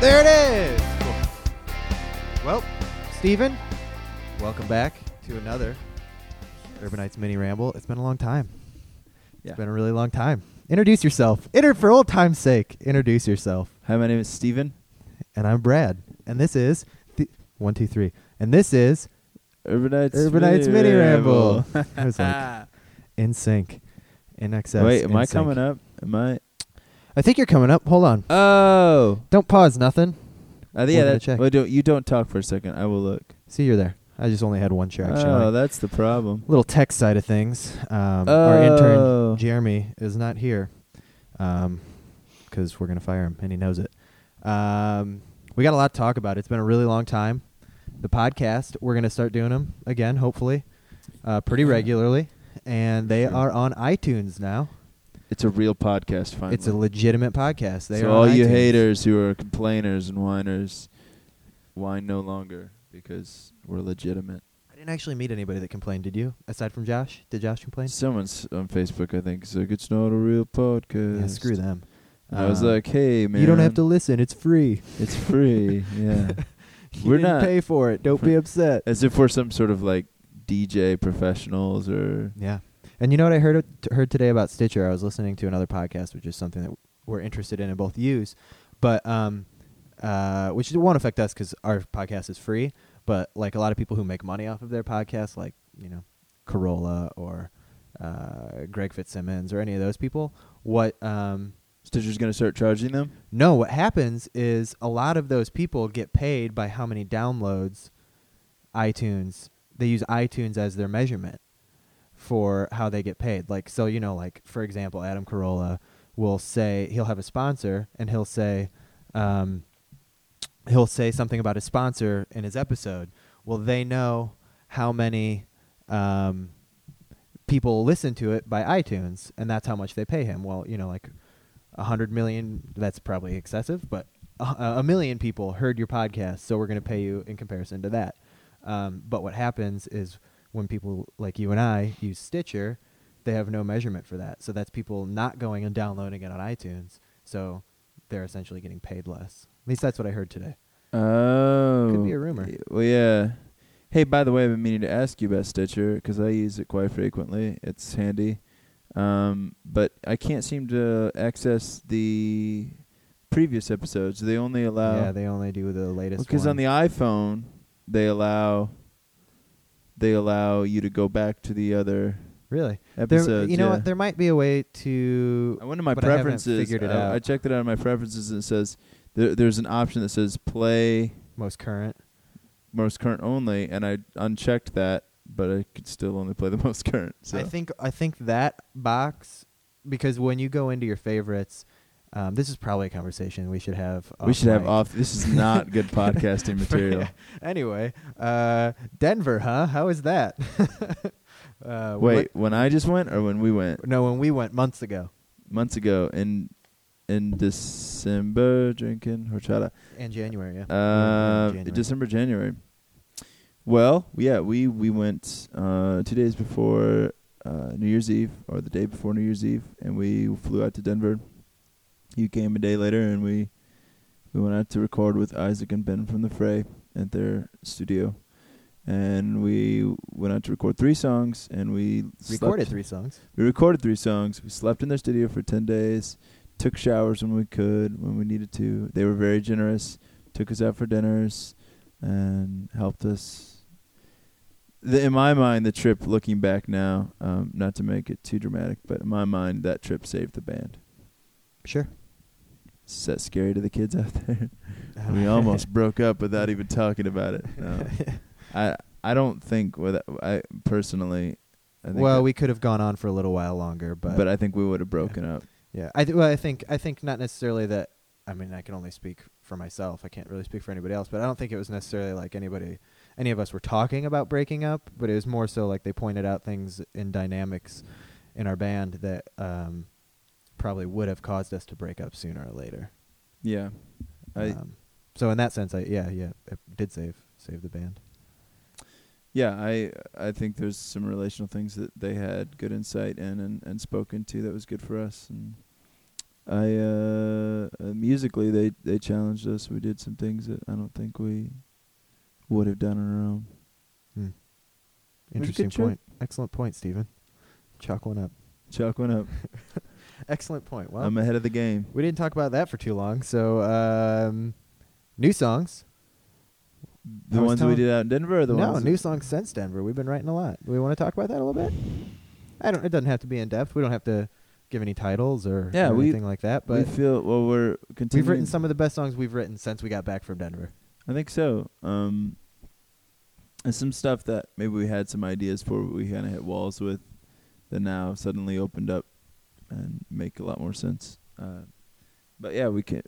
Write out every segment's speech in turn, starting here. There it is. Cool. Well, Steven, welcome back to another Urbanites mini ramble. It's been a long time. Yeah. It's been a really long time. Introduce yourself. Inter- for old time's sake, introduce yourself. Hi, my name is Steven. And I'm Brad. And this is the one, two, three. And this is Urbanites. Urbanites mini ramble. I was like in sync. In excess. Wait, am I coming up? Am I? I think you're coming up. Hold on. Oh, Don't pause. Nothing. I We're think yeah. gonna That, check. well, don't, you don't talk for a second. I will look. See, you're there. I just only had one track. showing. Oh, that's the problem. little tech side of things. Um, Our intern Oh. Jeremy is not here because we're gonna fire him, and he knows it. Um, we got a lot to talk about. It's been a really long time. The podcast we're gonna start doing them again, hopefully, uh, pretty Yeah. regularly, and they Sure. are on iTunes now. It's a real podcast. Finally, It's a legitimate podcast. They so are all on you iTunes. haters who are complainers and whiners, whine no longer because we're legitimate. I didn't actually meet anybody that complained. Did you? Aside from Josh, did Josh complain? Someone's on Facebook, I think, is like, "It's not a real podcast." Yeah, screw them. And I was Um, like, "Hey, man, you don't have to listen. It's free. It's free." yeah. You We're didn't not- pay for it. Don't be upset. As if we're some sort of like DJ professionals or Yeah, and you know what I heard t- heard today about Stitcher? I was listening to another podcast, which is something that we're interested in and both use, but um, uh, which won't affect us because our podcast is free. But like a lot of people who make money off of their podcasts, like you know, Corolla or uh, Greg Fitzsimmons or any of those people, what um, Stitcher's gonna start charging them. no, what happens is a lot of those people get paid by how many downloads iTunes. They use iTunes as their measurement for how they get paid. Like so, you know, like for example, Adam Carolla will say he'll have a sponsor and he'll say um, he'll say something about his sponsor in his episode. Well, they know how many um, people listen to it by iTunes, and that's how much they pay him. Well, you know, like a hundred million. That's probably excessive, but a, a million people heard your podcast, so we're going to pay you in comparison to that. Um, but what happens is when people like you and I use Stitcher, they have no measurement for that. So that's people not going and downloading it on iTunes. So they're essentially getting paid less. At least that's what I heard today. Oh, Could be a rumor. Y- Well, yeah. Hey, by the way, I've been meaning to ask you about Stitcher because I use it quite frequently. It's handy, um, but I can't seem to access the previous episodes. They only allow yeah, they only do the latest. because Oh. on the iPhone they allow they allow you to go back to the other really, there, episodes. you know yeah. what? There might be a way to I went to my but I haven't preferences. figured it I, out. I checked it out in my preferences, and it says there, there's an option that says play most current. most current only, and I unchecked that, but I could still only play the most current. So I think I think that box because when you go into your favorites, um, this is probably a conversation we should have. we should have mic. off. This is not good podcasting material. anyway, uh, Denver, huh? How is that? uh, we Wait, when I just went or when we went went- no, when we went months ago, months ago in in December drinking horchata. in January, yeah. Uh, January. December, January. Well, yeah, we we went uh, two days before uh, New Year's Eve, or the day before New Year's Eve, and we flew out to Denver. You came a day later, and we we went out to record with Isaac and Ben from the Fray at their studio, and we went out to record three songs, and we recorded slept- three songs. we recorded three songs. We slept in their studio for 10 days, took showers when we could, when we needed to. They were very generous, took us out for dinners, and helped us. The, in my mind, the trip, looking back now, um, not to make it too dramatic, but in my mind, that trip saved the band. Sure. Is that scary to the kids out there? we almost broke up without even talking about it. No. I I don't think with I personally. I think well, I- we could have gone on for a little while longer, but but I think we would have broken up. Yeah, I th- well, I think I think not necessarily that. I mean, I can only speak for myself. I can't really speak for anybody else. But I don't think it was necessarily like anybody, any of us were talking about breaking up. But it was more so like they pointed out things in dynamics in our band that um, probably would have caused us to break up sooner or later. Yeah. I um, so in that sense, I yeah yeah it did save save the band. yeah, I I think there's some relational things that they had good insight in and, and spoken to that was good for us and I uh, uh musically they they challenged us. We did some things that I don't think we would have done on our own. Hmm. a good Interesting trip. point. Excellent point, Stephen. Chalk one up. Chuck went up. Excellent point. Well, I'm ahead of the game. we didn't talk about that for too long. So, um, new songs. I The was ones we telling- did out in Denver, or the no, ones new songs since Denver. We've been writing a lot. Do we want to talk about that a little bit? I don't. It doesn't have to be in depth. We don't have to give any titles or, Yeah, or we- anything like that. we But feel well. We're continuing. we've written some of the best songs we've written since we got back from Denver. I think so. Um, and some stuff that maybe we had some ideas for, but we kind of hit walls with, that now suddenly opened up and make a lot more sense. Uh, but yeah, we can.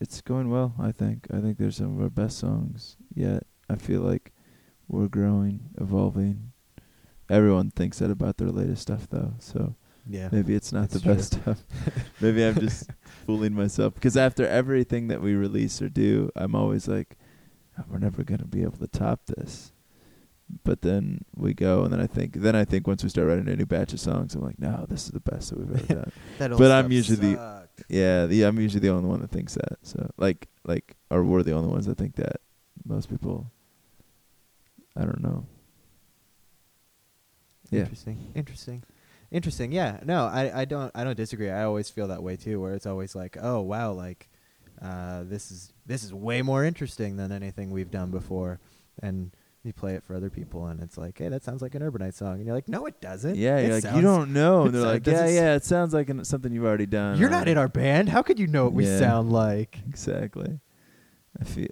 It's going well. I think. I think there's some of our best songs yet. I feel like we're growing, evolving. Everyone thinks that about their latest stuff, though. So Yeah. Maybe it's not That's the true. best stuff. Maybe I'm just fooling myself because after everything that we release or do, I'm always like, "Oh, we're never gonna be able to top this. But then we go, and then I think, then I think once we start writing a new batch of songs, I'm like, no, this is the best that we've ever done. That old But I'm stuff usually the- yeah, the, I'm usually the only one that thinks that. So like, like, or we're the only ones that think that. Most people, I don't know. Yeah, Interesting. Interesting. Interesting. Yeah. No, I, I don't I don't disagree. I always feel that way too, where it's always like, oh wow, like uh, this is this is way more interesting than anything we've done before, and you play it for other people, and it's like, hey, that sounds like an Urbanite song, and you're like, no, it doesn't. Yeah, It you're like you sounds- don't know. it And they're sound- like, yeah, doesn't s- yeah, it sounds like an, something you've already done. You're not in our band. How could you know what we Yeah. sound like? exactly. I feel,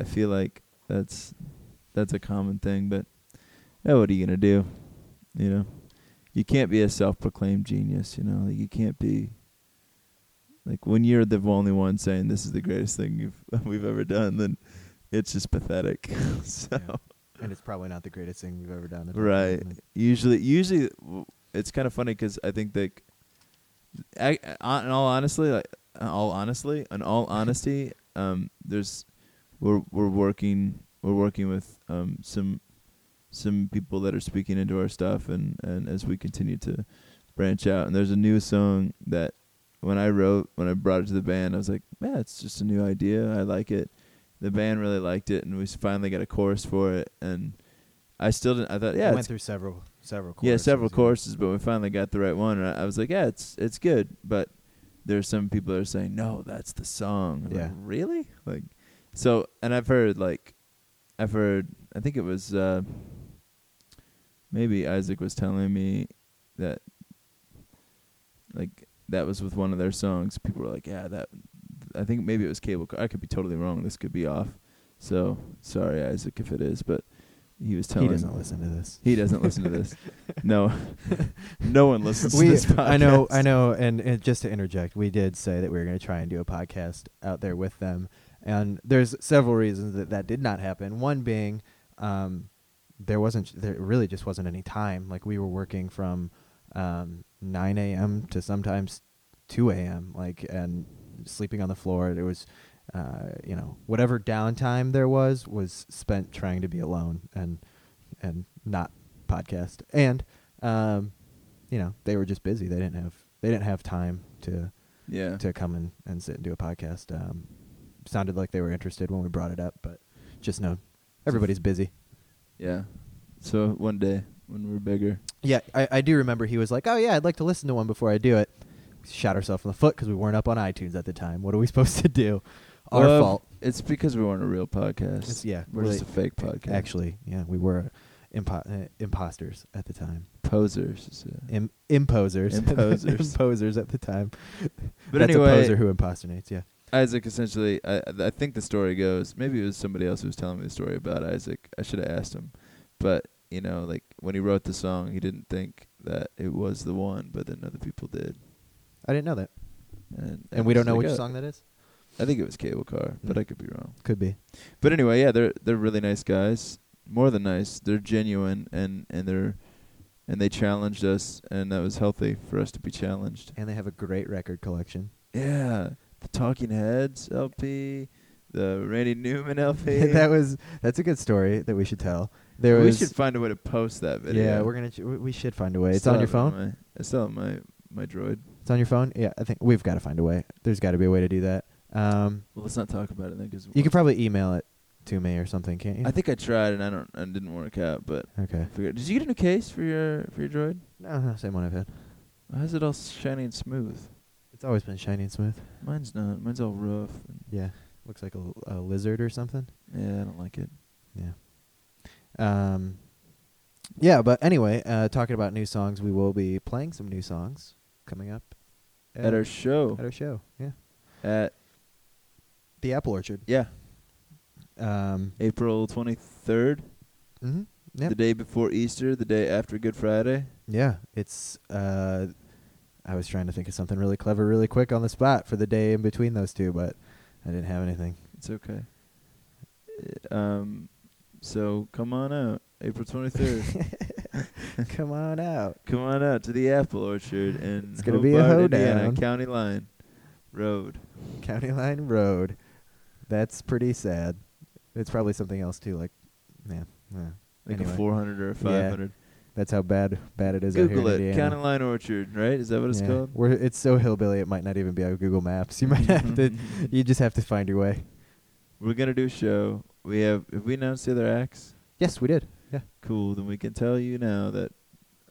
I feel like that's that's a common thing, but eh, what are you gonna do? You know, you can't be a self-proclaimed genius. You know, like you can't be like when you're the only one saying this is the greatest thing you've we've ever done. Then it's just pathetic. so. Yeah. And it's probably not the greatest thing we've ever done. Right. Usually, usually, w- it's kind of funny because I think that, I, I- in all honestly, like, in all honestly, in all honesty, um, there's, we're we're working we're working with um some, some people that are speaking into our stuff and and as we continue to branch out and there's a new song that when I wrote when I brought it to the band I was like man it's just a new idea I like it the band really liked it and we s- finally got a chorus for it and I still didn't I thought yeah Yeah. it's Went through several several. yeah, Choruses, several courses, but we finally got the right one. And I, I was like, yeah, it's it's good. But there's some people that are saying, no, that's the song. I'm like, Yeah. really? Like, so, and I've heard like, I've heard. I think it was uh, maybe Isaac was telling me that like that was with one of their songs. People were like, yeah, that. I think maybe it was Cable. Car. I could be totally wrong. This could be off. So sorry, Isaac, if it is, but he was He telling doesn't listen to this. he doesn't listen to this. No, no one listens we, to this podcast. I know, I know, and, and just to interject, we did say that we were going to try and do a podcast out there with them, and there's several reasons that that did not happen. One being, um, there wasn't, there really just wasn't any time. Like we were working from um, 9 a.m. to sometimes 2 a.m. Like and sleeping on the floor. It was, uh, you know, whatever downtime there was was spent trying to be alone and and not podcast and. Um, you know they were just busy they didn't have they didn't have time to Yeah, to come and and sit and do a podcast um sounded like they were interested when we brought it up but just know everybody's busy yeah. So one day when we're bigger, yeah i i do remember he was like oh yeah i'd like to listen to one before i do it shot ourselves in the foot because we weren't up on itunes at the time what are we supposed to do our Well, fault It's because we weren't a real podcast. It's- yeah we're really- just a fake podcast. actually yeah we were impo- uh, imposters at the time posers. is it? Im- imposers Imposers. imposers at the time But That's a anyway, poser who impersonates yeah Isaac essentially. I I think the story goes. Maybe it was somebody else who was telling me the story about Isaac. I should have asked him, but you know, like when he wrote the song, he didn't think that it was the one, but then other people did. i didn't know that And, and we don't it's know like, which oh, song that is I think it was Cable Car, but Mm. I could be wrong. could be But anyway, yeah, they're they're really nice guys. More than nice, they're genuine and and they're and they challenged us, and that was healthy for us to be challenged. and they have a great record collection. Yeah, the Talking Heads LP, the Randy Newman LP. that was that's a good story that we should tell. There we was should find a way to post that video. yeah, we're gonna ch- we we should find a way. It's Still on your have it phone. My, I still have my my droid. It's on your phone. Yeah, I think we've got to find a way. There's got to be a way to do that. Um, Well, let's not talk about it then, because you could probably email it to me or something, can't you? I think I tried and I don't and didn't work out. But okay. I figured, did you get a new case for your for your droid? No, no, same one I've had. How's it all shiny and smooth? It's always been shiny and smooth. Mine's not. Mine's all rough. And Yeah, looks like a, l- a lizard or something. yeah, I don't like it. Yeah. Um. Yeah, but anyway, uh, talking about new songs, we will be playing some new songs coming up At our show, at our show. Yeah, at the Apple Orchard. yeah, Um. April twenty third, Mm-hmm. Yep. the day before Easter, the day after Good Friday. Yeah, it's. Uh, I was trying to think of something really clever, really quick on the spot for the day in between those two, but I didn't have anything. It's okay. Uh, Um, so come on out, April twenty third. Come on out. Come on out to the apple orchard and It's gonna be a hoedown. County line road. County Line Road. That's pretty sad. It's probably something else too. Like, yeah, yeah. Like Anyway. a 400 or a 500. that's how bad bad it is out here Google in it. Indiana. County line orchard, right? Is that what it's Yeah. called? We're, it's so hillbilly it might not even be on Google Maps. You might have to. You just have to find your way. We're gonna do a show. We have have we announced the other acts? Yes, we did. Yeah. Cool. Then we can tell you now that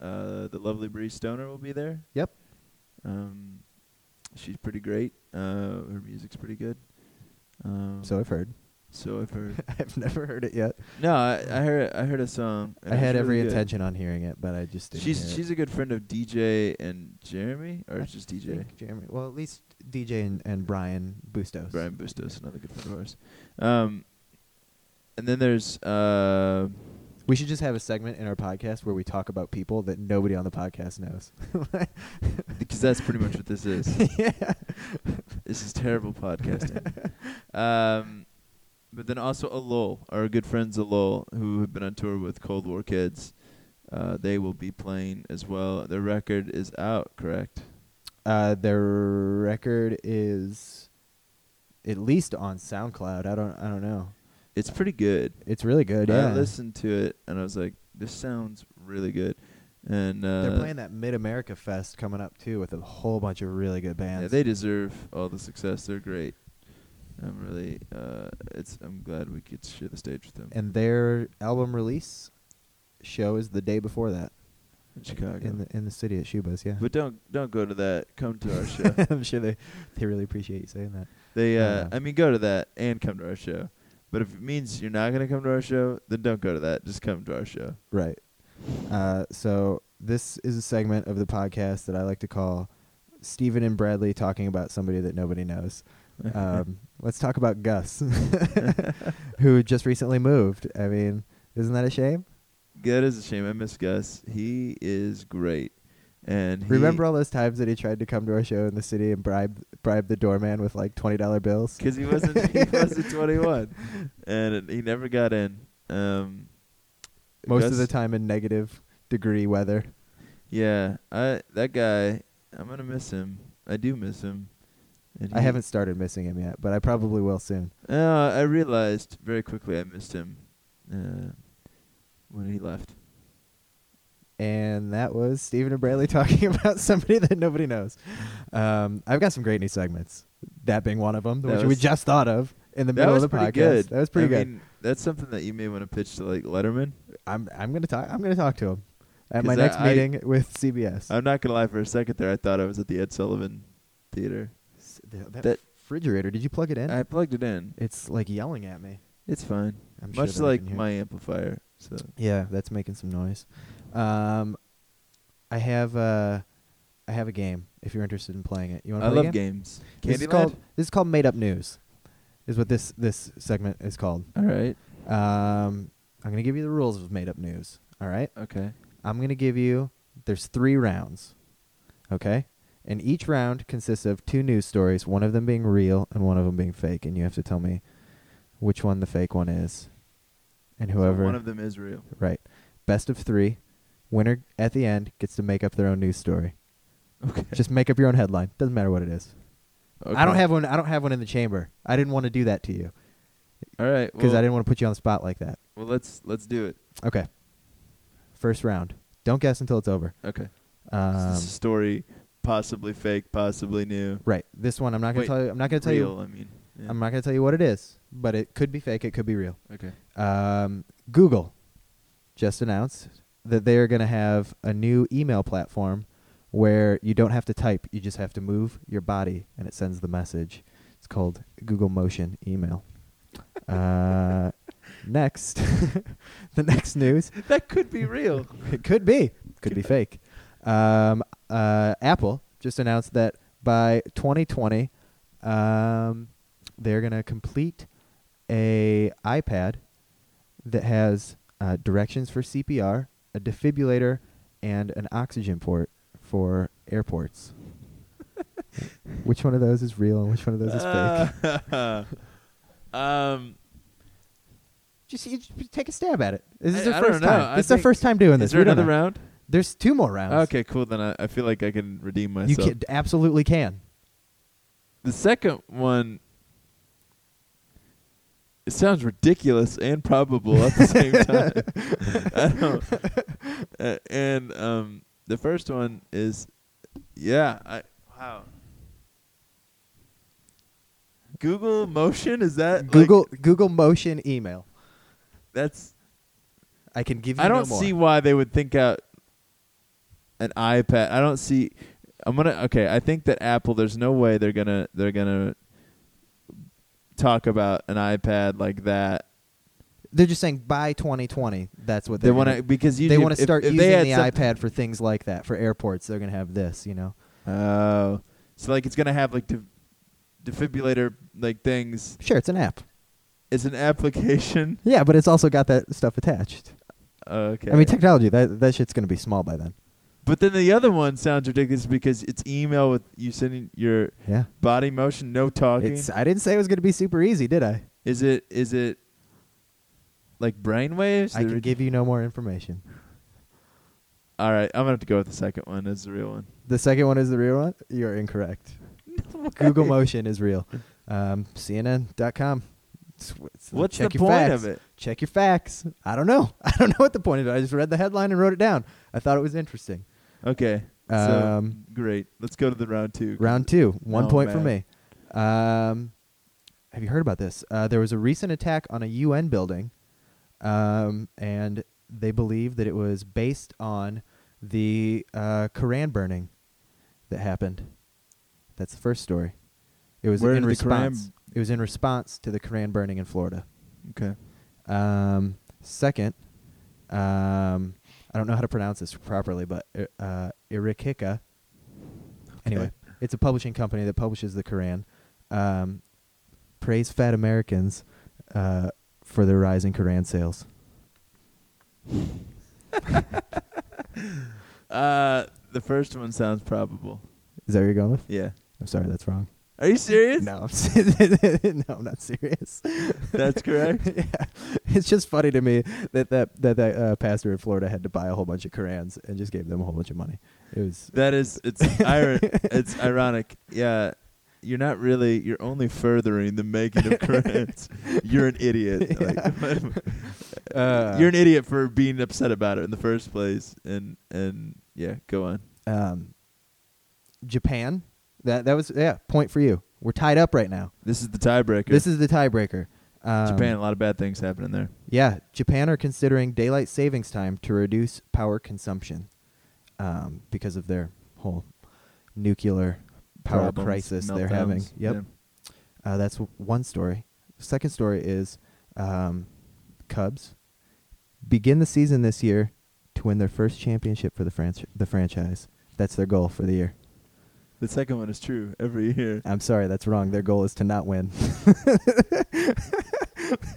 uh, the lovely Bree Stoner will be there. Yep. Um, she's pretty great. Uh, her music's pretty good. Um, So I've heard. so I've heard. I've never heard it yet. no, I, I heard I heard a song. and I it had was every really good. intention on hearing it, but I just didn't. She's hear it. she's a good friend of DJ and Jeremy, or I it's just DJ. think Jeremy. Well, at least DJ and, and Brian Bustos. Brian Bustos, another good friend of ours. Um, and then there's uh, We should just have a segment in our podcast where we talk about people that nobody on the podcast knows. because that's pretty much what this is. yeah. this is terrible podcasting. um, but then also Alol, our good friends Alol, who have been on tour with Cold War Kids. Uh, they will be playing as well. Their record is out, correct? Uh, their record is at least on SoundCloud. I don't. I don't know. It's pretty good. It's really good. Yeah. I listened to it and I was like, this sounds really good. And uh, They're playing that Mid America Fest coming up too with a whole bunch of really good Yeah, bands. they deserve all the success. They're great. I'm really uh it's I'm glad we could share the stage with them and their album release show is the day before that in Chicago. in the in the city at Shuba's. Yeah. but don't don't go to that. Come to our show. I'm sure they, they really appreciate you saying that. They uh Yeah. I mean go to that and come to our show. But if it means you're not going to come to our show, then don't go to that. Just come to our show. Right. Uh, so this is a segment of the podcast that I like to call Stephen and Bradley talking about somebody that nobody knows. Uh, Um, let's talk about Gus, who just recently moved. I mean, isn't that a shame? that is a shame. I miss Gus. He is great. And he, Remember all those times that he tried to come to our show in the city and bribe bribe the doorman with like twenty dollar bills? because he wasn't he wasn't 21 and it- he never got in. Um Most of Gus- the time in negative degree weather. Yeah, I that guy. I'm gonna miss him. I do miss him. And I he- haven't started missing him yet, but I probably will soon. Uh, I realized very quickly I missed him uh, when he left. And that was Stephen and Bradley talking about somebody that nobody knows. Um, I've got some great new segments. That being one of them, That which we was- just thought of in the that middle was of the pretty podcast. good. That was pretty I good. Mean, that's something that you may want to pitch to like Letterman. I'm I'm gonna talk. I'm gonna talk to him at my 'Cause I- next I- meeting with CBS. I'm not gonna lie. For a second there, I thought I was at the Ed Sullivan Theater. S- th- that, that- refrigerator. Did you plug it in? I plugged it in. it's like yelling at me. It's fine. I'm sure Much that I like can hear. my amplifier. So Yeah, that's making some noise. Um, I have uh, I have a game. If you're interested in playing it, you want I to play love a game? games. This is Candyland? called this is called made up news. Is what this this segment is called. All right. Um, I'm gonna give you the rules of made up news. All right. Okay. I'm going to give you there's three rounds. Okay? And each round consists of two news stories, one of them being real and one of them being fake, and you have to tell me which one the fake one is. And So whoever one of them is real. right. Best of 3, winner at the end gets to make up their own news story. Okay. Just make up your own headline. Doesn't matter what it is. I don't Okay. have one I don't have one in the chamber. I didn't want to do that to you All right. cuz well- I didn't want to put you on the spot like that. Well, let's let's do it. Okay. First round. Don't guess until it's over. Okay. This Um, is a story possibly fake, possibly new. Right. This one I'm not gonna Wait, tell you. I'm not gonna tell real, you. I mean. Yeah. I'm not gonna tell you what it is, but it could be fake. It could be real. okay. Um, Google just announced that they are going to have a new email platform where you don't have to type; you just have to move your body, and it sends the message. It's called Google Motion Email. uh, next, the next news That could be real. it could be. Could be fake. Um, uh, Apple just announced that by 2020, um, they're going to complete a iPad that has uh, directions for CPR, a defibrillator, and an oxygen port for airports. which one of those is real and which one of those is Uh, fake? um, Just you, just take a stab at it. This I- is their I don't first know. time. I This is their think- first time doing this. is there We don't another know. round? There's two more rounds. Okay, cool. Then I, I feel like I can redeem myself. You can, absolutely can. The second one. It sounds ridiculous and probable at the same time. I don't. Uh, and um, the first one is, yeah, I wow. Google Motion is that like- Google Google Motion email. that's I can give you. I don't no more. see why they would think out an iPad. I don't see. I'm gonna okay. I think that Apple. There's no way they're gonna they're gonna talk about an iPad like that. They're just saying by 2020, that's what They they're want gonna- to because you They if- want if- to start if using they had the some- iPad for things like that for airports. They're going to have this, you know. Oh, so like it's gonna have like de- defibrillator like things. Sure, it's an app. It's an application. Yeah, but it's also got that stuff attached. Okay. I mean, technology that that shit's going to be small by then. but then the other one sounds ridiculous because it's email with you sending your Yeah. body motion, no talking. It's. I didn't say it was going to be super easy, did I? is it is it like brainwaves? I can give you no more information. All right, I'm gonna have to go with the second one. It's the real one. The second one is the real one. You're incorrect. Google Motion is real. Um, CNN.com. It's- it's- What's check the your point facts. of it? check your facts. I don't know. I don't know what the point of it. I just read the headline and wrote it down. I thought it was interesting. Okay. Um, so, great. Let's go to the round two. Round two, one No, point for Oh, man. me. Um, have you heard about this? Uh, there was a recent attack on a UN building, um, and they believe that it was based on the uh, Koran burning that happened. That's the first story. It was Where in did the Koran- response. it was in response to the Koran burning in Florida. Okay. Um, second, um, I don't know how to pronounce this properly, but uh, Irikika. Anyway, it's a publishing company that publishes the Koran. Um, praise fat Americans uh, for their rise in Koran sales. Uh, the first one sounds probable. Is that what you're going with? Yeah. I'm sorry, that's wrong. Are you serious? No, I'm se- no, I'm not serious. That's correct. yeah, it's just funny to me that that that, that uh, pastor in Florida had to buy a whole bunch of Korans and just gave them a whole bunch of money. It was That is, it's iron. it's ironic. Yeah, you're not really. You're only furthering the making of Korans. you're an idiot. Like, Uh, you're an idiot for being upset about it in the first place. And and yeah, go on. um, Japan. That that was yeah. Point for you. We're tied up right now. This is the tiebreaker. This is the tiebreaker. Um, Japan. A lot of bad things happening there. Yeah, Japan are considering daylight savings time to reduce power consumption um, because of their whole nuclear power Problems, crisis they're having. meltdowns. Yep. Yeah. Uh, that's w- one story. Second story is um, Cubs begin the season this year to win their first championship for the franchi- the franchise. That's their goal for the year. The second one is true every year. I'm sorry, that's wrong. Their goal is to not win.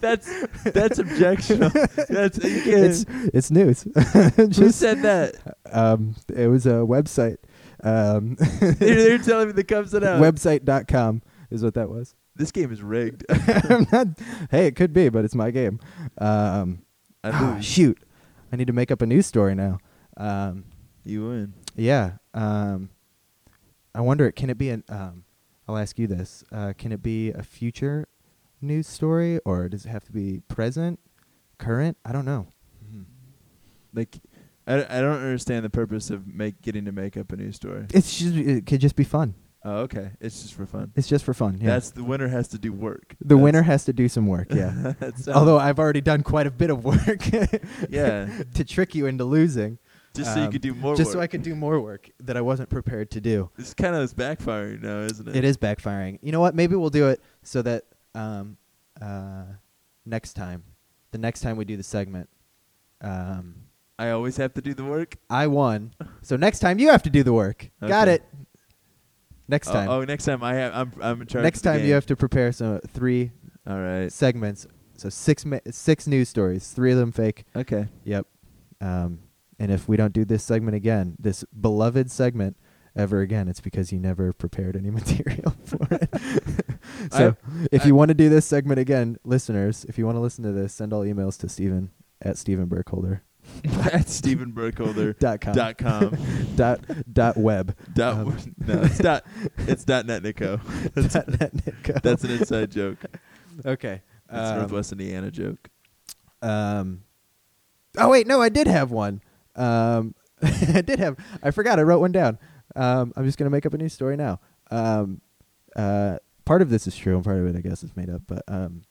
that's that's objectionable. That's you can't- it's it's news. who Just said that? um, it was a website. Um, They're, they're telling me the Cubs it out. website.com is what that was. this game is rigged. Ah, I'm not. Hey, it could be, but it's my game. Um, I ah, lose. shoot, I need to make up a news story now. Um, You win. Yeah. Um, I wonder, can it be an? Um, I'll ask you this: uh, Can it be a future news story, or does it have to be present, current? I don't know. Like I, I don't understand the purpose of make getting to make up a new story. It's just, it could just be fun. Oh, okay. It's just for fun. It's just for fun. Yeah. That's the winner has to do work. the That's- winner has to do some work. Yeah. that sounds- Although I've already done quite a bit of work yeah, to trick you into losing, just so you Um, could do more. just work. so I could do more work that I wasn't prepared to do. It's kind of it's backfiring now, isn't it? It is backfiring. You know what? Maybe we'll do it so that um, uh, next time, the next time we do the segment, um, I always have to do the work. I won. So next time you have to do the work. Got Okay. it. Next Oh- time. Oh, next time I have. I'm I'm in charge. next of the time game. you have to prepare some three All right. segments. So six ma- six news stories, three of them fake. Okay. Yep. Um, and if we don't do this segment again, this beloved segment ever again, it's because you never prepared any material for it. so if you want to do this segment again, listeners, if you want to listen to this, send all emails to Stephen at StephenBurkholder.com. At Stephen Burkholder dot com dot dot web dot Um, no it's dot it's dot net Nico. That's, dot net Nico. that's an inside joke. okay. That's um, Northwest Indiana joke. Um, oh wait, no, I did have one. Um, I did have. I forgot. I wrote one down. Um, I'm just gonna make up a new story now. Um, uh, part of this is true, and part of it, I guess, is made up. But um,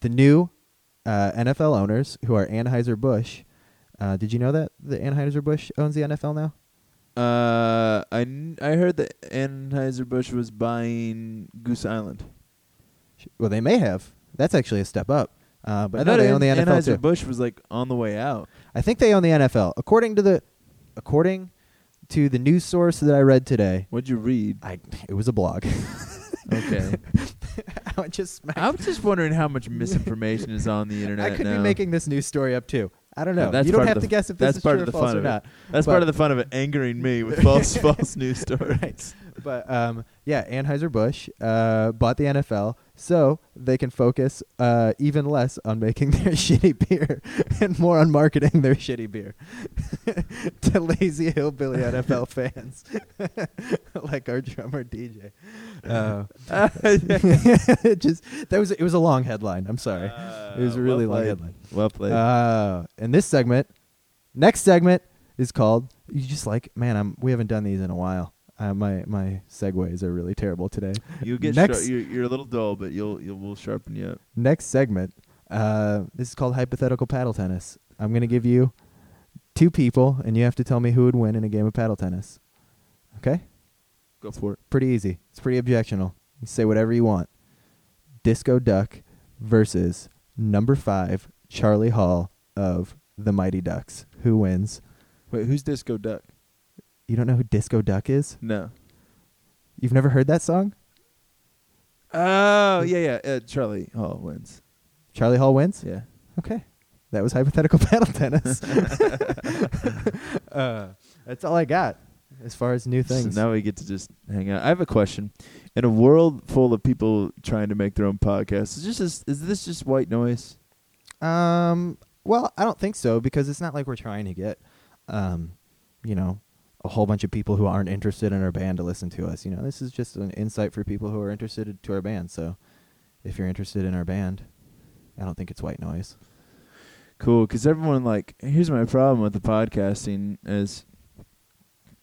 the new uh, NFL owners, who are Anheuser Busch, uh, did you know that the Anheuser Busch owns the NFL now? Uh, I kn- I heard that Anheuser Busch was buying Goose Island. Well, they may have. That's actually a step up. Uh, but I no, thought they An- own the NFL too. Anheuser Busch was like on the way out. I think they own the NFL, according to the, according to the news source that I read today. What'd you read? I it was a blog. Okay. I just smacked- I'm just wondering how much misinformation is on the internet I could now. be making this news story up too. I don't Yeah, know. that's you don't part of have the- to guess if this that's is part true of or the false fun or of it. not. That's but- part of the fun of it, angering me with false false news stories. Right. But um, yeah, Anheuser Busch uh, bought the NFL so they can focus uh, even less on making their shitty beer and more on marketing their shitty beer to lazy hillbilly NFL fans like our drummer DJ. Uh, it just that was it was a long headline. I'm sorry. It was a really Uh, well long played. headline. Well played. Uh, and this segment, next segment is called. You just like, man, I'm. We haven't done these in a while. Uh, my my segues are really terrible today. you get next- shar- you're, you're a little dull, but you'll you'll we'll sharpen you up. Next segment. Uh, this is called hypothetical paddle tennis. I'm gonna give you two people, and you have to tell me who would win in a game of paddle tennis. Okay, Go for it. pretty easy. It's pretty objectional. You say whatever you want. Disco Duck versus number five Charlie Hall of the Mighty Ducks. Who wins? Wait, who's Disco Duck? You don't know who Disco Duck is? No. You've never heard that song? Oh yeah yeah. Uh, Charlie Hall wins. Charlie Hall wins? Yeah. Okay. That was hypothetical paddle tennis. uh, that's all I got as far as new things. So now we get to just hang out. I have a question. In a world full of people trying to make their own podcasts, is this just, is this just white noise? Um, well, I don't think so because it's not like we're trying to get, um, you know, a whole bunch of people who aren't interested in our band to listen to us. You know, this is just an insight for people who are interested to our band. So if you're interested in our band, I don't think it's white noise. Cool, because everyone like here's my problem with the podcasting is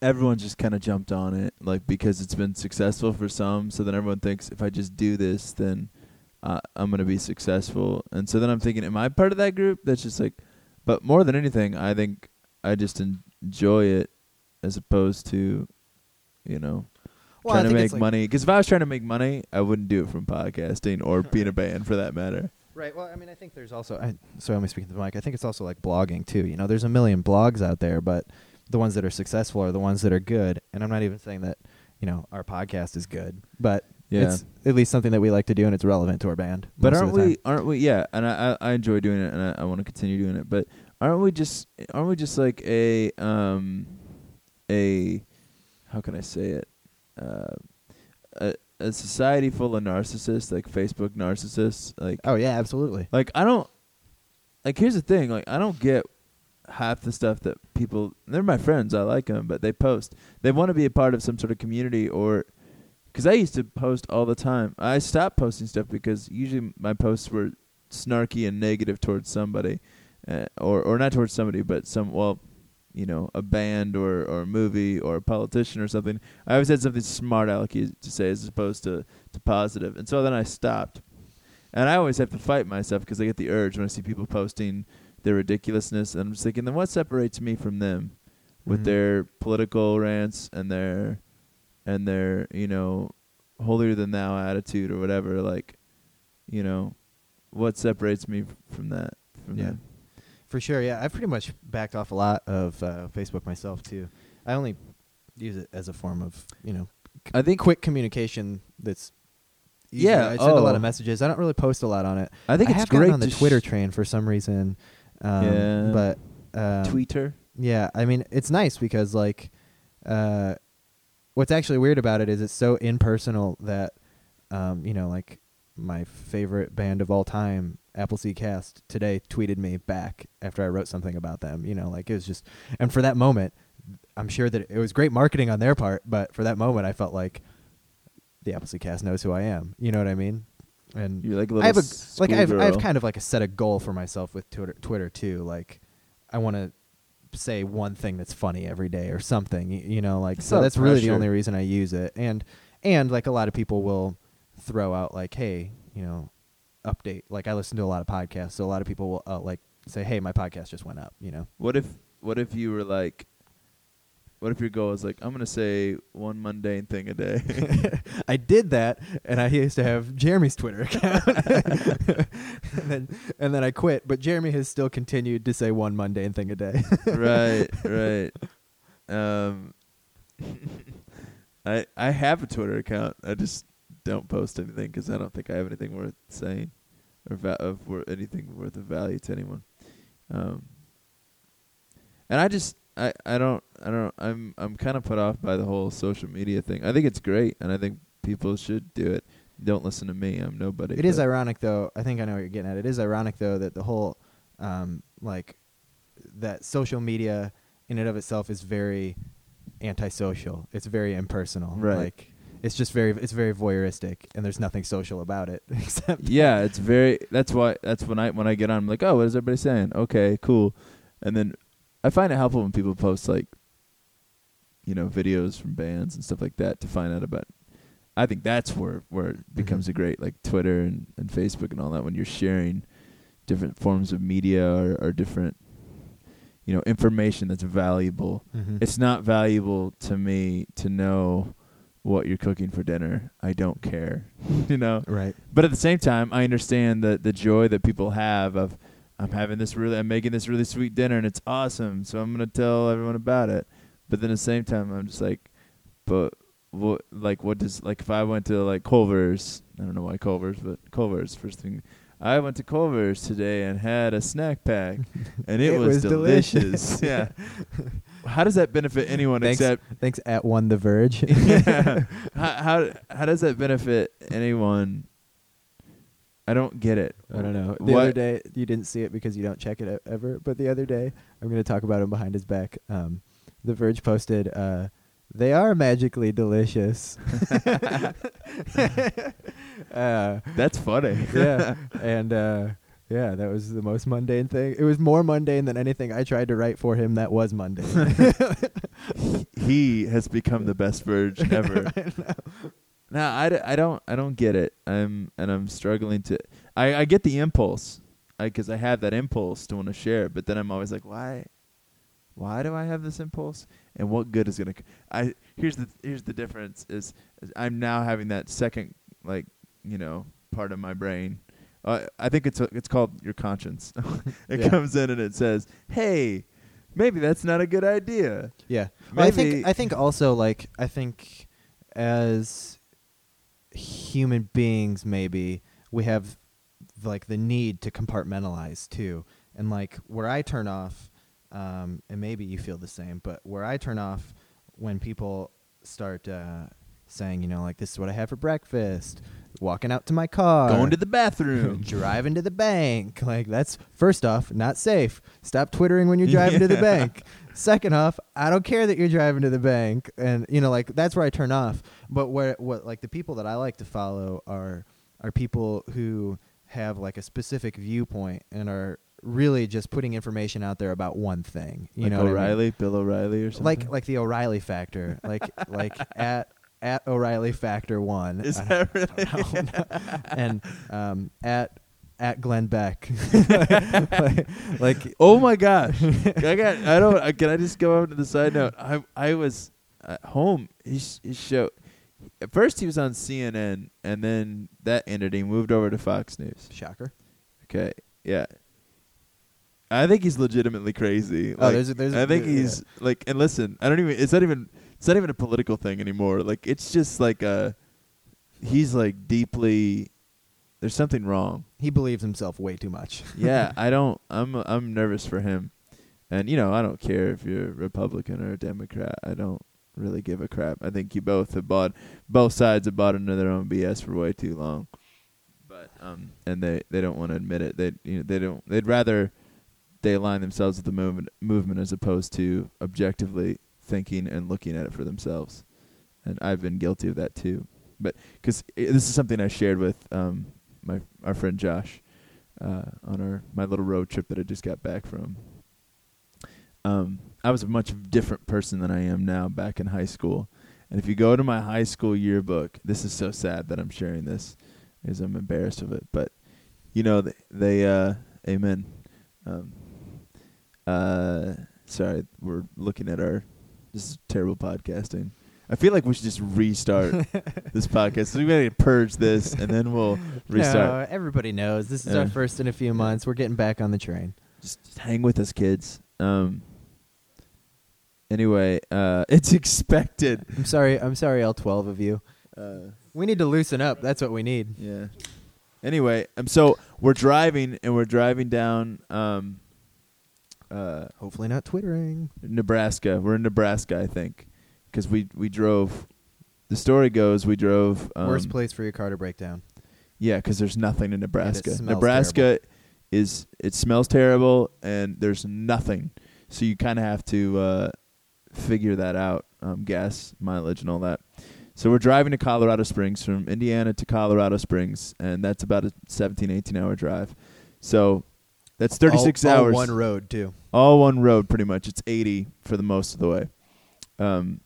everyone just kind of jumped on it like because it's been successful for some. So then everyone thinks if I just do this, then uh, I'm gonna be successful. And so then I'm thinking, am I part of that group? That's just like, but more than anything, I think I just enjoy it as opposed to, you know, trying to make money. Because if I was trying to make money, I wouldn't do it from podcasting or being a band for that matter. Right. Well, I mean, I think there's also. I, sorry, I'm speaking to the mic. I think it's also like blogging too. You know, there's a million blogs out there, but the ones that are successful are the ones that are good. And I'm not even saying that you know our podcast is good, but Yeah. it's at least something that we like to do, and it's relevant to our band. but most of aren't the time. we? Aren't we? Yeah. And I, I, I enjoy doing it, and I, I want to continue doing it. But aren't we just? Aren't we just like a um, a, how can I say it? Uh, a a society full of narcissists, like Facebook narcissists, like Oh yeah, absolutely. Like I don't like here's the thing, like I don't get half the stuff that people they're my friends, I like them, but they post. They want to be a part of some sort of community or cuz I used to post all the time. I stopped posting stuff because usually my posts were eh, snarky and negative towards somebody uh, or or not towards somebody, but some well you know a band or or a movie or a politician or something. I always had something smart alecky to say as opposed to to positive, and so then I stopped. And I always have to fight myself because I get the urge when I see people posting their ridiculousness, and I'm just thinking, then what separates me from them with Mhm. their political rants and their and their you know holier than thou attitude or whatever? Like, you know, what separates me f- from that? From Yeah. them? For sure, yeah. I've pretty much backed off a lot of uh, Facebook myself too. I only use it as a form of you know, c- I think- quick communication. That's easier. Yeah, I send a lot oh. of messages. I don't really post a lot on it. I think I it's have gotten great on the to sh- Twitter train for some reason. Um, Yeah. but um, tweeter. Yeah, I mean it's nice because like, uh, what's actually weird about it is it's so impersonal that, um, you know, like my favorite band of all time, Appleseed Cast, today tweeted me back after I wrote something about them. You know, like it was just, and for that moment, I'm sure that it was great marketing on their part, but for that moment, I felt like the Appleseed Cast knows who I am. You know what I mean? And You're like a I have little a like I've I've schoolgirl. kind of like a set a goal for myself with Twitter Twitter too. Like I want to say one thing that's funny every day or something. y- You know, like It's so not that's really the pressure. only reason I use it. And and like a lot of people will throw out like, hey, you know, update. Like I listen to a lot of podcasts, so a lot of people will uh, like say, hey, my podcast just went up. You know, What if what if you were like what if your goal is like I'm gonna say one mundane thing a day? I did that, and I used to have Jeremy's Twitter account, and then and then I quit. But Jeremy has still continued to say one mundane thing a day. right, right. Um I I have a Twitter account. I just don't post anything because I don't think I have anything worth saying or va- of wor- anything worth of value to anyone. Um, and I just I, I don't I don't I'm I'm kind of put off by the whole social media thing. I think it's great, and I think people should do it. Don't listen to me. I'm nobody. It is but- ironic, though. I think I know what you're getting at. It is ironic, though, that the whole, um, like, that social media in and of itself is very antisocial. It's very impersonal. Right. Like, it's just very, it's very voyeuristic, and there's nothing social about it except. yeah, it's very. That's why. That's when I when I get on. I'm like, oh, what is everybody saying? Okay, cool. And then I find it helpful when people post like, you know, videos from bands and stuff like that to find out about. I think that's where where it becomes Mhm. a great like Twitter and, and Facebook and all that when you're sharing different forms of media or, or different, you know, information that's valuable Mhm. it's not valuable to me to know what you're cooking for dinner. I don't care, you know. right. But at the same time, I understand the the joy that people have of I'm having this really I'm making this really sweet dinner and it's awesome. So I'm gonna tell everyone about it. But then at the same time, I'm just like, but what like what does like if I went to like Culver's, I don't know why Culver's, but Culver's first thing. I went to Culver's today and had a snack pack, and it, It was, was delicious. yeah. How does that benefit anyone Thanks. except Thanks at one the Verge. yeah. how, how how does that benefit anyone? I don't get it. I don't know. The What- other day, you didn't see it because you don't check it e- ever. But the other day, I'm going to talk about him behind his back. Um, the Verge posted, uh, "They are magically delicious." uh, That's funny. yeah, and uh, yeah, that was the most mundane thing. It was more mundane than anything I tried to write for him. That was mundane. he has become the best Verge ever. no, I, d- I don't I don't get it. I'm and I'm struggling to. I, I get the impulse, because I have that impulse to want to share, but then I'm always like, why, why do I have this impulse? And what good is gonna? c- I here's the here's the difference is, is I'm now having that second like you know part of my brain. Uh, I think it's it's called your conscience. it Yeah. comes in and it says, hey, maybe that's not a good idea. Yeah. Well, I Maybe- think I think also like I think as human beings maybe we have like the need to compartmentalize too. And like where I turn off um and maybe you feel the same, but where I turn off when people start uh saying, you know, like this is what I have for breakfast, walking out to my car, Going to the bathroom. driving to the bank. Like that's first off, not safe. Stop twittering when you're driving to the Yeah. bank. Second off, I don't care that you're driving to the bank, and you know, like that's where I turn off. But where what like the people that I like to follow are are people who have like a specific viewpoint and are really just putting information out there about one thing. You like know, what I mean? O'Reilly, Bill O'Reilly, or something. like like the O'Reilly factor, like like at at O'Reilly factor one. is I don't- that really? I don't know. and um, at at Glenn Beck, like, like, oh my gosh! I got. I don't. I- Can I just go over to the side note? I I was at home. His his show. At first, he was on CNN, and then that ended. He moved over to Fox News. shocker. Okay. Yeah. I think he's legitimately crazy. Oh, Like, there's a- there's a- I think yeah. he's like, and listen, I don't even. It's not even. It's not even a political thing anymore. Like, it's just like a. He's like deeply. There's something wrong. He believes himself way too much. Yeah, I don't. I'm. I'm nervous for him, and you know, I don't care if you're Republican or Democrat. I don't really give a crap. I think you both have bought. Both sides have bought into their own BS for way too long. But um, and they they don't want to admit it. They you know they don't. They'd rather they align themselves with the movement movement as opposed to objectively thinking and looking at it for themselves. And I've been guilty of that too. But because this is something I shared with um my our friend Josh uh, on our my little road trip that I just got back from. Um, I was a much different person than I am now back in high school. And if you go to my high school yearbook, this is so sad that I'm sharing this, because I'm embarrassed of it. But you know, they, they uh, amen. Um, uh, sorry, we're looking at our this is terrible podcasting. I feel like we should just restart this podcast. So we gotta purge this, and then we'll restart. No, everybody knows this is Yeah. our first in a few months. We're getting back on the train. just, just hang with us kids um anyway uh it's expected I'm sorry. I'm sorry, all twelve of you. uh We need to loosen up. That's what we need. yeah anyway um so we're driving and we're driving down um uh Hopefully not twittering. Nebraska. We're in Nebraska, I think, because we we drove. The story goes we drove. Um, Worst place for your car to break down. Yeah, because there's nothing in Nebraska. smells Nebraska is it smells terrible and there's nothing, so you kind of have to uh, figure that out, um, gas mileage and all that. So we're driving to Colorado Springs from Indiana to Colorado Springs, and that's about a 17, 18 hour drive. So that's 36 All- all hours one road too. all one road pretty much. It's 80 for the most of the way. Um,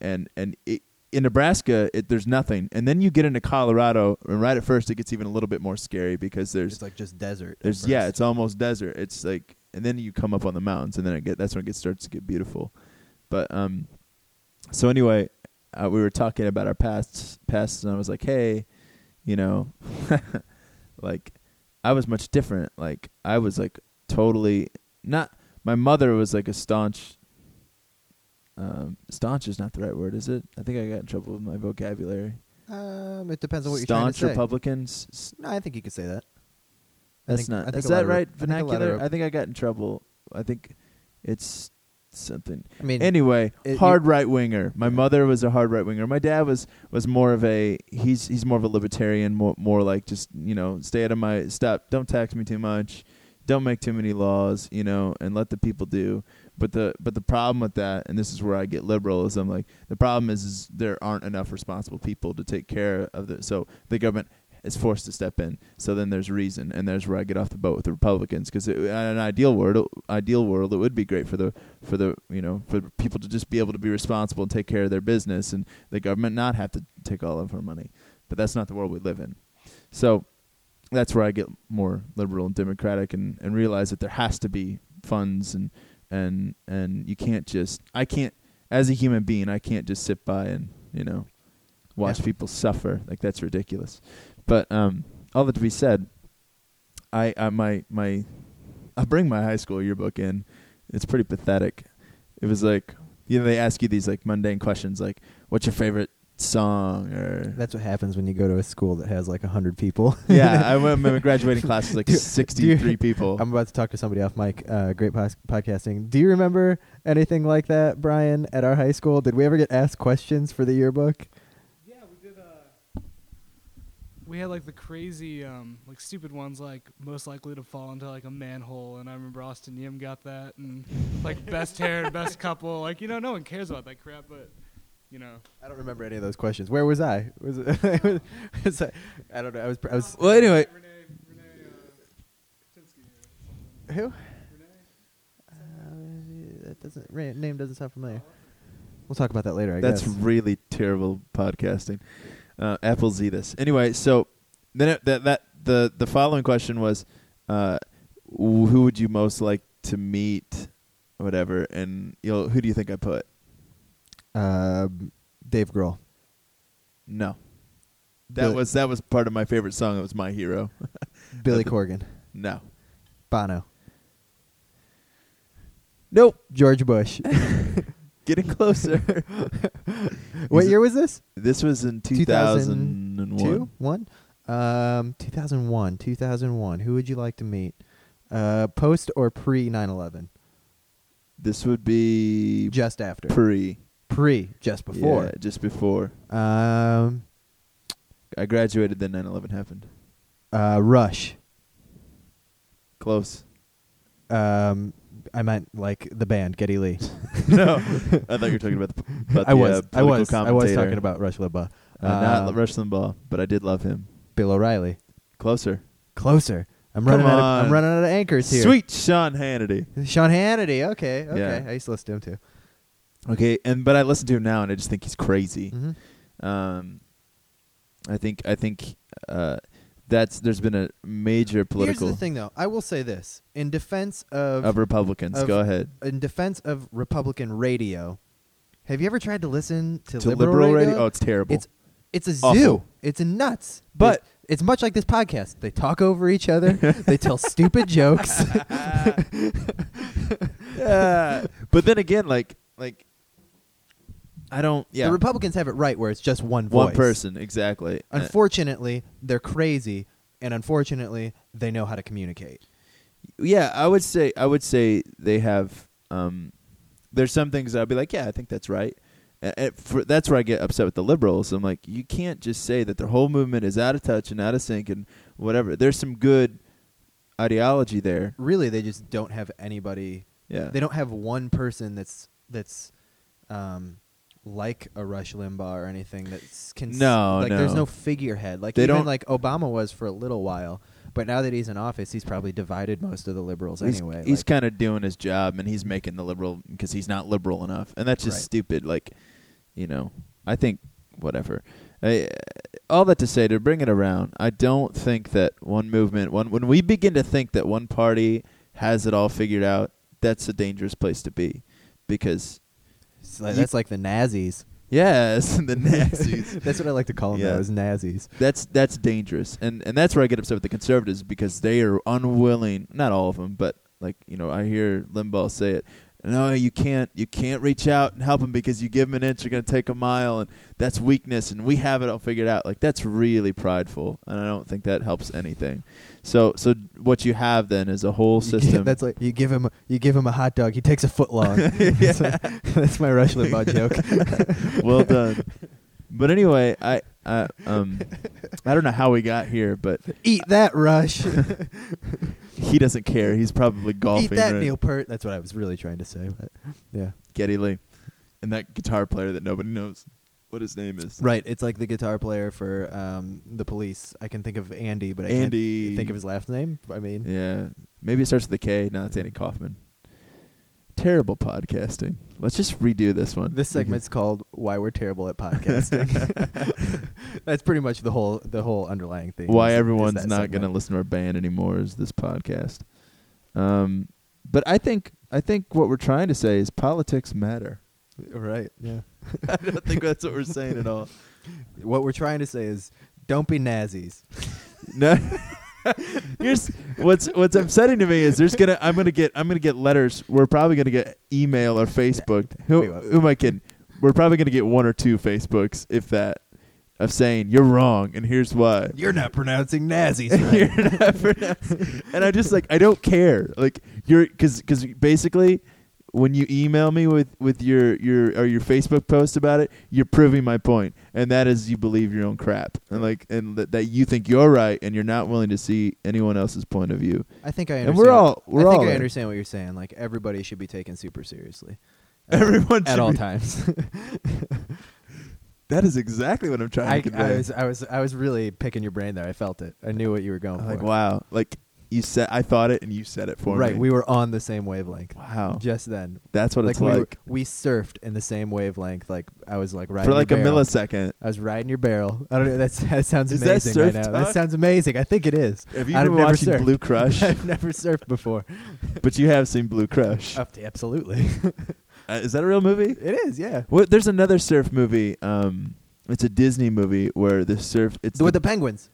and and it, in Nebraska, it, there's nothing. And then you get into Colorado, and right at first, it gets even a little bit more scary because there's It's like just desert. at there's yeah, first. it's almost desert. It's like, and then you come up on the mountains, and then it get that's when it gets, starts to get beautiful. But um, so anyway, uh, we were talking about our pasts, pasts, and I was like, hey, you know, like I was much different. Like I was like totally not. My mother was like a staunch. Um, staunch is not the right word, is it? I think I got in trouble with my vocabulary. Um, it depends on what you're trying staunch to say. Republicans. s- No, I think you could say that. I That's think- I not. think Is a lot that of rep- right? I think a lot of vernacular. rep- I think I got in trouble. I think it's something. I mean, Anyway, it- you- hard right winger. My mother was a hard right winger. My dad was was more of a he's he's more of a libertarian, more more like just you know stay out of my stop, don't tax me too much, don't make too many laws, you know, and let the people do. But the but the problem with that, and this is where I get liberal, is I'm like the problem is, is there aren't enough responsible people to take care of the so the government is forced to step in. So then there's reason, and there's where I get off the boat with the Republicans because in an ideal world, ideal world, it would be great for the for the you know for people to just be able to be responsible and take care of their business, and the government not have to take all of our money. But that's not the world we live in. So that's where I get more liberal and democratic, and and realize that there has to be funds and and and you can't just I can't as a human being I can't just sit by and you know watch Yeah. people suffer like that's ridiculous. But um, all that to be said, I, I my my I bring my high school yearbook in. It's pretty pathetic. It was like you know they ask you these like mundane questions like what's your favorite song or that's what happens when you go to a school that has like hundred people. yeah I went my graduating class was like Do- do you- sixty three people. I'm about to talk to somebody off mic. Uh, great pos- podcasting. Do you remember anything like that, Brian? At our high school, did we ever get asked questions for the yearbook? Yeah, we did. Uh, we had like the crazy, um, like stupid ones, like most likely to fall into like a manhole. And I remember Austin Yim got that, and like best hair, best couple. Like you know, no one cares about that crap, but you know, I don't remember any of those questions. Where was I? Was, it, was I, I don't know. I was. pr- I was well anyway Renee, Renee, uh, Chinsky or something. who? Uh, that doesn't ra- name doesn't sound familiar. We'll talk about that later. I That's guess. really terrible podcasting. Uh, Apple Z this anyway. So then it, that that the the following question was, uh, wh- who would you most like to meet, whatever, and you know who do you think I put? uh, Dave Grohl. No, that Bill- was that was part of my favorite song. It was my hero. Billy Corgan, No, Bono, nope. George Bush. Getting closer. what He's- year was this? This was in two thousand and one. Two, one, um, two thousand one, two thousand one. Who would you like to meet? Uh, post or pre 9/11? This would be Just after. pre pre, just Yeah, before. just before Um, I graduated. Then 9-11 happened. uh, Rush. Close. Um, I meant like the band Getty Lee. no, I thought you were talking about the. About I the, was, Uh, I was, I political was commentator. talking about Rush Limbaugh. Uh, not Um, Rush Limbaugh, but I did love him. Bill O'Reilly. Closer. Closer. I'm Come running out. Of, on. I'm running out of anchors here. Sweet Sean Hannity. Sean Hannity. Okay. Okay. Yeah. I used to listen to him too. Okay, and but I listen to him now, and I just think he's crazy. hmm Um, I think I think uh, that's there's been a major political Here's the thing, though. I will say this in defense of, of Republicans. of- Go ahead. in defense of Republican radio. Have you ever tried to listen to, To liberal, radio? Oh, it's terrible. It's it's a zoo. Awful. It's a nuts. But- There's- it's much like this podcast. They talk over each other. they tell stupid jokes. uh, Yeah. but then again, like like I don't. Yeah, The Republicans have it right where it's just one voice. one person exactly. Uh, Unfortunately, they're crazy, and unfortunately, they know how to communicate. yeah, I would say I would say they have. Um, there's some things that I'd be like, yeah, I think that's right. And- and for, that's where I get upset with the liberals. I'm like, you can't just say that their whole movement is out of touch and out of sync and whatever. There's some good ideology there. Really, they just don't have anybody. Yeah, They don't have one person that's that's um, like a Rush Limbaugh or anything that's can. s- No, like there's no. no figurehead. Like They even don't- like Obama was for a little while, but now that he's in office, he's probably divided most of the liberals he's, anyway. He's like, kind of doing his job, and he's making the liberal because he's not liberal enough, and that's just Right. stupid. Like, you know, I think whatever. I, all that to say, to bring it around, I don't think that one movement, one when we begin to think that one party has it all figured out, that's a dangerous place to be, because it's like- you- that's like the Nazis. yes, the Nazis. that's what I like to call them. Yeah. Though, is Nazis. That's that's dangerous, and and that's where I get upset with the conservatives because they are unwilling. Not all of them, but like you know, I hear Limbaugh say it. No, you can't. You can't reach out and help them because you give them an inch, you're gonna take a mile, and that's weakness. And we have it all figured out. Like that's really prideful, and I don't think that helps anything. So, so what you have then is a whole You give- system. That's like you give him you give him a hot dog. He takes a foot long. Yeah. that's, my, that's my Rush Limbaugh joke. well done. But anyway, I I um I don't know how we got here, but Eat that Rush. he doesn't care. He's probably golfing. Eat that right? Neil Peart. That's what I was really trying to say. But yeah, Geddy Lee, and that guitar player that nobody knows what his name is. right. It's like the guitar player for um, the Police. I can think of Andy, but I Andy. can't think of his last name. I mean, Yeah, maybe it starts with a K. No, it's Andy Kaufman. Terrible podcasting. Let's just redo this one. this segment's called "Why We're Terrible at Podcasting." that's pretty much the whole the whole underlying thing. why is- is everyone's that not segment. going to listen to our band anymore is this podcast. Um, but I think I think what we're trying to say is politics matter. Right. Yeah. I don't think that's what we're saying at all. What we're trying to say is, don't be Nazis. No. Here's what's what's upsetting to me is there's gonna I'm gonna get I'm gonna get letters. We're probably gonna get email or Facebook. Who We won't. who am I kidding? We're probably gonna get one or two Facebooks, if that, of saying you're wrong and here's why. You're not pronouncing Nazis You're not pronouncing- and I just like I don't care. Like you're because because basically when you email me with with your your or your Facebook post about it, you're proving my point, and that is you believe your own crap and like and that that you think you're right and you're not willing to see anyone else's point of view. I think I understand. And we're all I we're think all I there. understand what you're saying. Like everybody should be taken super seriously. Everyone at should all be- times. That is exactly what I'm trying I, oh, to convey. I was I was I was really picking your brain there. I felt it. I knew what you were going like for. wow, like You said I thought it, and you said it for right, me. we were on the same wavelength. wow. Just then, That's what it's we were- like. we surfed in the same wavelength. Like I was like riding for like a your barrel. millisecond. I was riding your barrel. I don't know. That's, that sounds Is that amazing right surf now. talk? That sounds amazing. I think it is. Have you I'd ever have never watched surfed. Blue Crush? I've never surfed before. but you have seen Blue Crush. Uh, Up to absolutely. is that a real movie? it is. Yeah. What? There's another surf movie. Um, it's a Disney movie where the surf. It's With the penguins.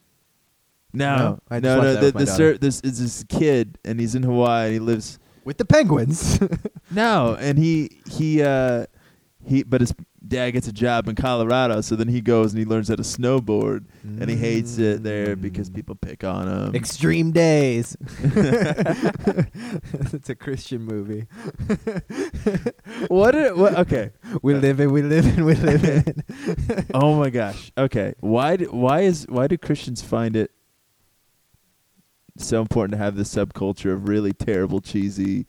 no, No, I just no, watched no. that The, with my the daughter. surf. This is this kid, and he's in Hawaii. And he lives. With the penguins. Um. No, and he he uh he but his dad gets a job in Colorado, so then he goes and he learns how to snowboard and he hates it there because Mm. people pick on him. Extreme Days. it's a Christian movie. what, are, what okay. We live in, we live in, we live in. Oh my gosh. Okay. Why do, why is why do Christians find it so important to have this subculture of really terrible cheesy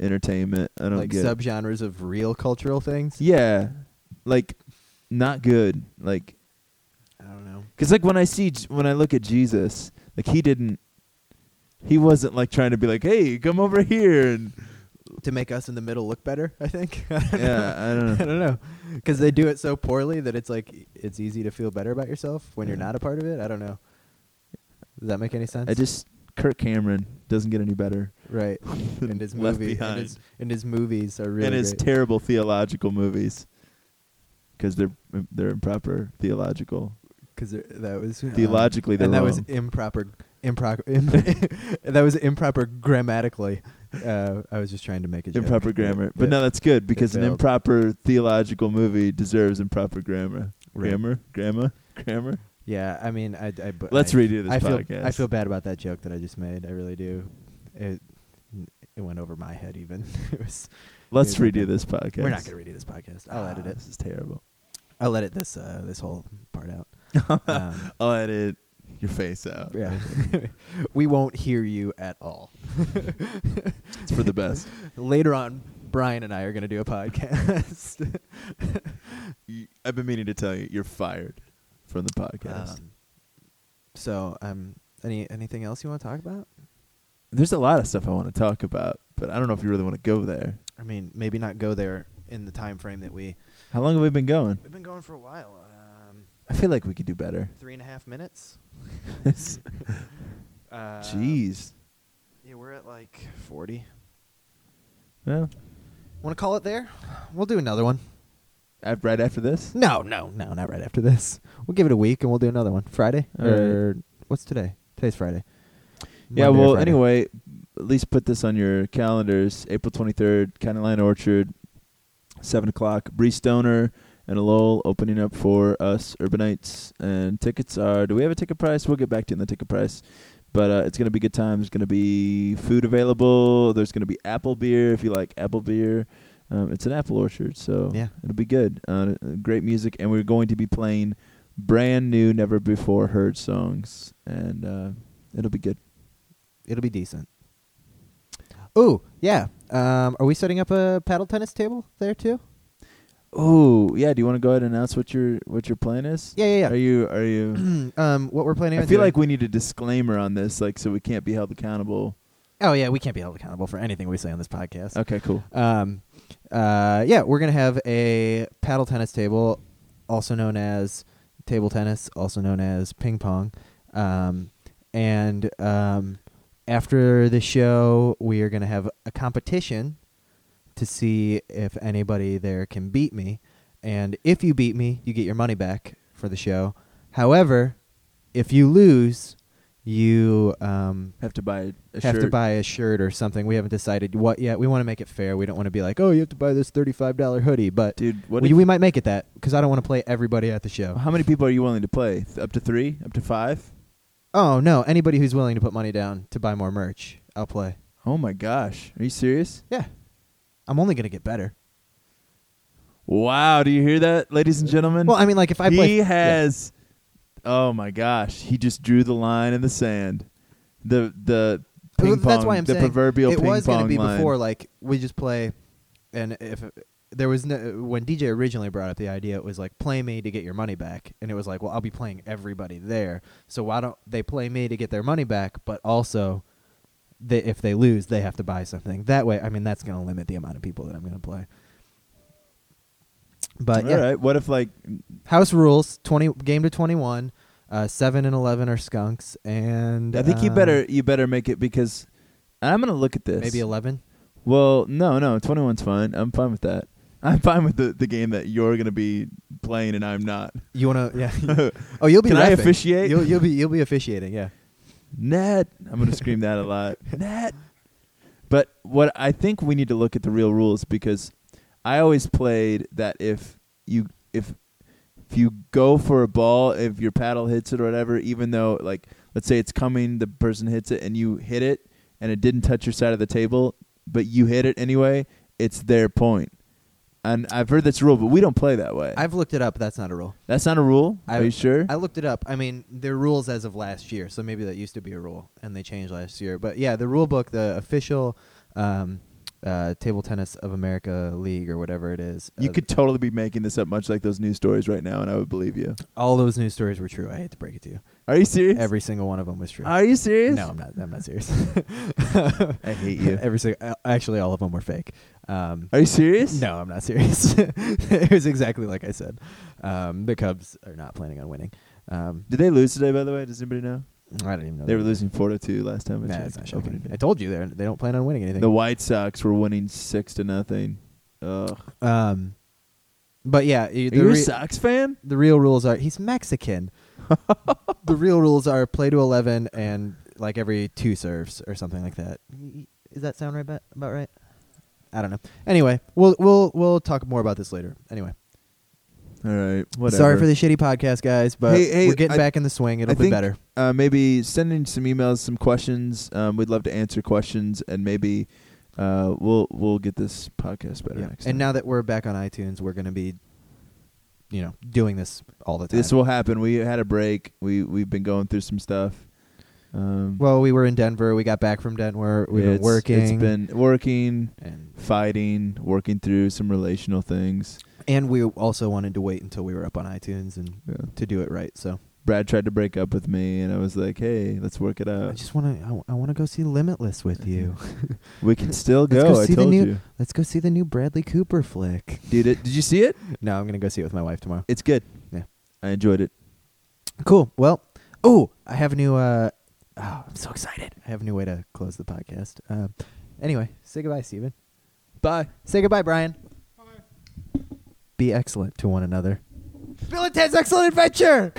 entertainment? I don't like get. it. subgenres of real cultural things. yeah. Like not good. Like I don't know. Because like when I see J- when I look at Jesus, like he didn't, he wasn't like trying to be like, hey, come over here and To make us in the middle look better, I think. yeah, I don't I know. don't know. Because they do it so poorly that it's like it's easy to feel better about yourself when you're Yeah. not a part of it. I don't know. Does that make any sense? I just Kirk Cameron doesn't get any better. right. And his Left movie and Behind. his, and his movies are really and his great. terrible theological movies because they're they're improper theological. 'Cause there- that was um, Theologically, they're and that was wrong. improper, improper, imp- that was improper grammatically. Uh, I was just trying to make it Improper grammar, but no, that's good because an failed. improper theological movie deserves improper grammar. Right. Grammar, grammar, grammar. yeah. I mean, I, I but Let's I, redo this I feel podcast. I feel bad about that joke that I just made. I really do. It it went over my head. Even it was. Let's Here's redo this podcast. We're not gonna redo this podcast. I'll edit Ah, it. This is terrible. I'll edit this uh, this whole part out. Um, I'll edit your face out. yeah, we won't hear you at all. It's for the best. Later on, Brian and I are gonna do a podcast. You- I've been meaning to tell you, you're fired from the podcast. Um, so, um, any anything else you want to talk about? There's a lot of stuff I want to talk about, but I don't know if you really want to go there. I mean, maybe not go there in the time frame that we How long have we been going? we've been going for a while. Um, I feel like we could do better. three and a half minutes. uh, Jeez. Yeah, we're at like forty. Well, Want to call it there? We'll do another one. af- right after this? No, no, no, not right after this. We'll give it a week and we'll do another one Friday All right. or what's today? Today's Friday. Monday Yeah, or well, Friday. anyway, at least put this on your calendars. April 23rd, Carolina Orchard, 7 o'clock. Bree Stoner and Lowell opening up for us, Urbanites. And tickets are, do we have a ticket price? We'll get back to you on the ticket price. But uh, it's going to be a good time. There's going to be food available. There's going to be apple beer if you like apple beer. Um, it's an apple orchard, so Yeah. it'll be good. Uh, great music. And we're going to be playing brand new, never before heard songs. And uh, it'll be good. it'll be decent. Ooh, yeah. Um, are we setting up a paddle tennis table there too? Oh yeah. Do you want to go ahead and announce what your what your plan is? Yeah, yeah, Are yeah. you are you? um, what we're planning. I on feel doing- like we need a disclaimer on this, like so we can't be held accountable. oh yeah, we can't be held accountable for anything we say on this podcast. Okay, cool. Um, uh, yeah, we're gonna have a paddle tennis table, also known as table tennis, also known as ping pong. Um, and um, after the show, we are gonna have a competition to see if anybody there can beat me. And if you beat me, you get your money back for the show. However, if you lose, you um, Have to buy a have shirt. to buy a shirt or something. We haven't decided what yet. We want to make it fair. We don't want to be like, oh, you have to buy this thirty-five dollar hoodie. But Dude, what? we, if- Uh-huh. we might make it that because I don't want to play everybody at the show. how many people are you willing to play? Th- Up to three? Up to five? Oh no, anybody who's willing to put money down to buy more merch, I'll play. Oh my gosh! Are you serious? Yeah, I'm only gonna get better. Wow! Do you hear that, ladies and gentlemen? Well, I mean, like if I he play, has. Oh my gosh! He just drew the line in the sand. The the Well, ping pong. that's why I'm the saying proverbial it ping was pong gonna be line. before. Like we just play, and if there was no when DJ originally brought up the idea, it was like play me to get your money back, and it was like, well, I'll be playing everybody there, so why don't they play me to get their money back, but also they, if they lose, they have to buy something. That way, I mean, that's going to limit the amount of people that I'm going to play. But yeah, all right. What if like house rules: twenty game to twenty-one. Uh, seven and eleven are skunks, and I think you uh, better you better make it because I'm gonna look at this. maybe eleven. Well, no, no, 21's fine. I'm fine with that. I'm fine with the, the game that you're gonna be playing and I'm not. You want to? Yeah. oh, you'll be. Can I reffing. officiate? You'll, you'll be. You'll be officiating. Yeah. Net. I'm gonna scream that a lot. Net. But what I think we need to look at the real rules because I always played that if you if if you go for a ball, if your paddle hits it or whatever, even though like let's say it's coming, the person hits it and you hit it and it didn't touch your side of the table, but you hit it anyway, it's their point. And I've heard that's a rule, but we don't play that way. I've looked it up. That's not a rule. that's not a rule. I- Are you sure? I looked it up. I mean, they're rules as of last year, so maybe that used to be a rule and they changed last year. But yeah, the rule book, the official um, uh, Table Tennis of America League or whatever it is. you uh, could totally be making this up, much like those news stories right now, and I would believe you. all those news stories were true. I hate to break it to you. Are you serious? Every single one of them was true. Are you serious? no, I'm not. I'm not serious. I hate you. Every single, actually, all of them were fake. Um, Are you serious? No, I'm not serious. it was exactly like I said. Um, the Cubs are not planning on winning. Um, Did they lose today? By the way, does anybody know? I don't even know. They were losing four to two last time. I Uh, Nah, checked. it's not Opening shocking. day. I told you they they don't plan on winning anything. The White Sox were winning six to nothing. Ugh. Um, but yeah, y- Are the, you a re- Sox fan? the real rules are he's Mexican. the real rules are play to eleven and like every two serves or something like that. Does that sound right? About, about right? I don't know. Anyway, we'll we'll we'll talk more about this later. Anyway, All right. Whatever. sorry for the shitty podcast, guys, but Hey, hey, we're getting I- back in the swing. It'll I be think- better. Uh, maybe sending some emails, some questions. Um, we'd love to answer questions, and maybe uh, we'll we'll get this podcast better Yeah. next. And time. now that we're back on iTunes, we're gonna be, you know, doing this all the time. this will happen. We had a break. We we've been going through some stuff. Um, well, we were in Denver. We got back from Denver. We've it's- been working. It's been working, and fighting, working through some relational things. And we also wanted to wait until we were up on iTunes and Yeah. to do it right. So Brad tried to break up with me, and I was like, "Hey, let's work it I out. just want to. I, want to go see Limitless with you. We can still Let's go." go I see the told new- you, Let's go see the new Bradley Cooper flick. dude. It, did you see it? No, I'm gonna go see it with my wife tomorrow. It's good. Yeah. I enjoyed it. Cool. Well, oh, I have a new. Uh, oh, I'm so excited. I have a new way to close the podcast. Um, anyway, say goodbye, Steven. Bye. Say goodbye, Brian. Be excellent to one another. Bill and Ted's Excellent Adventure.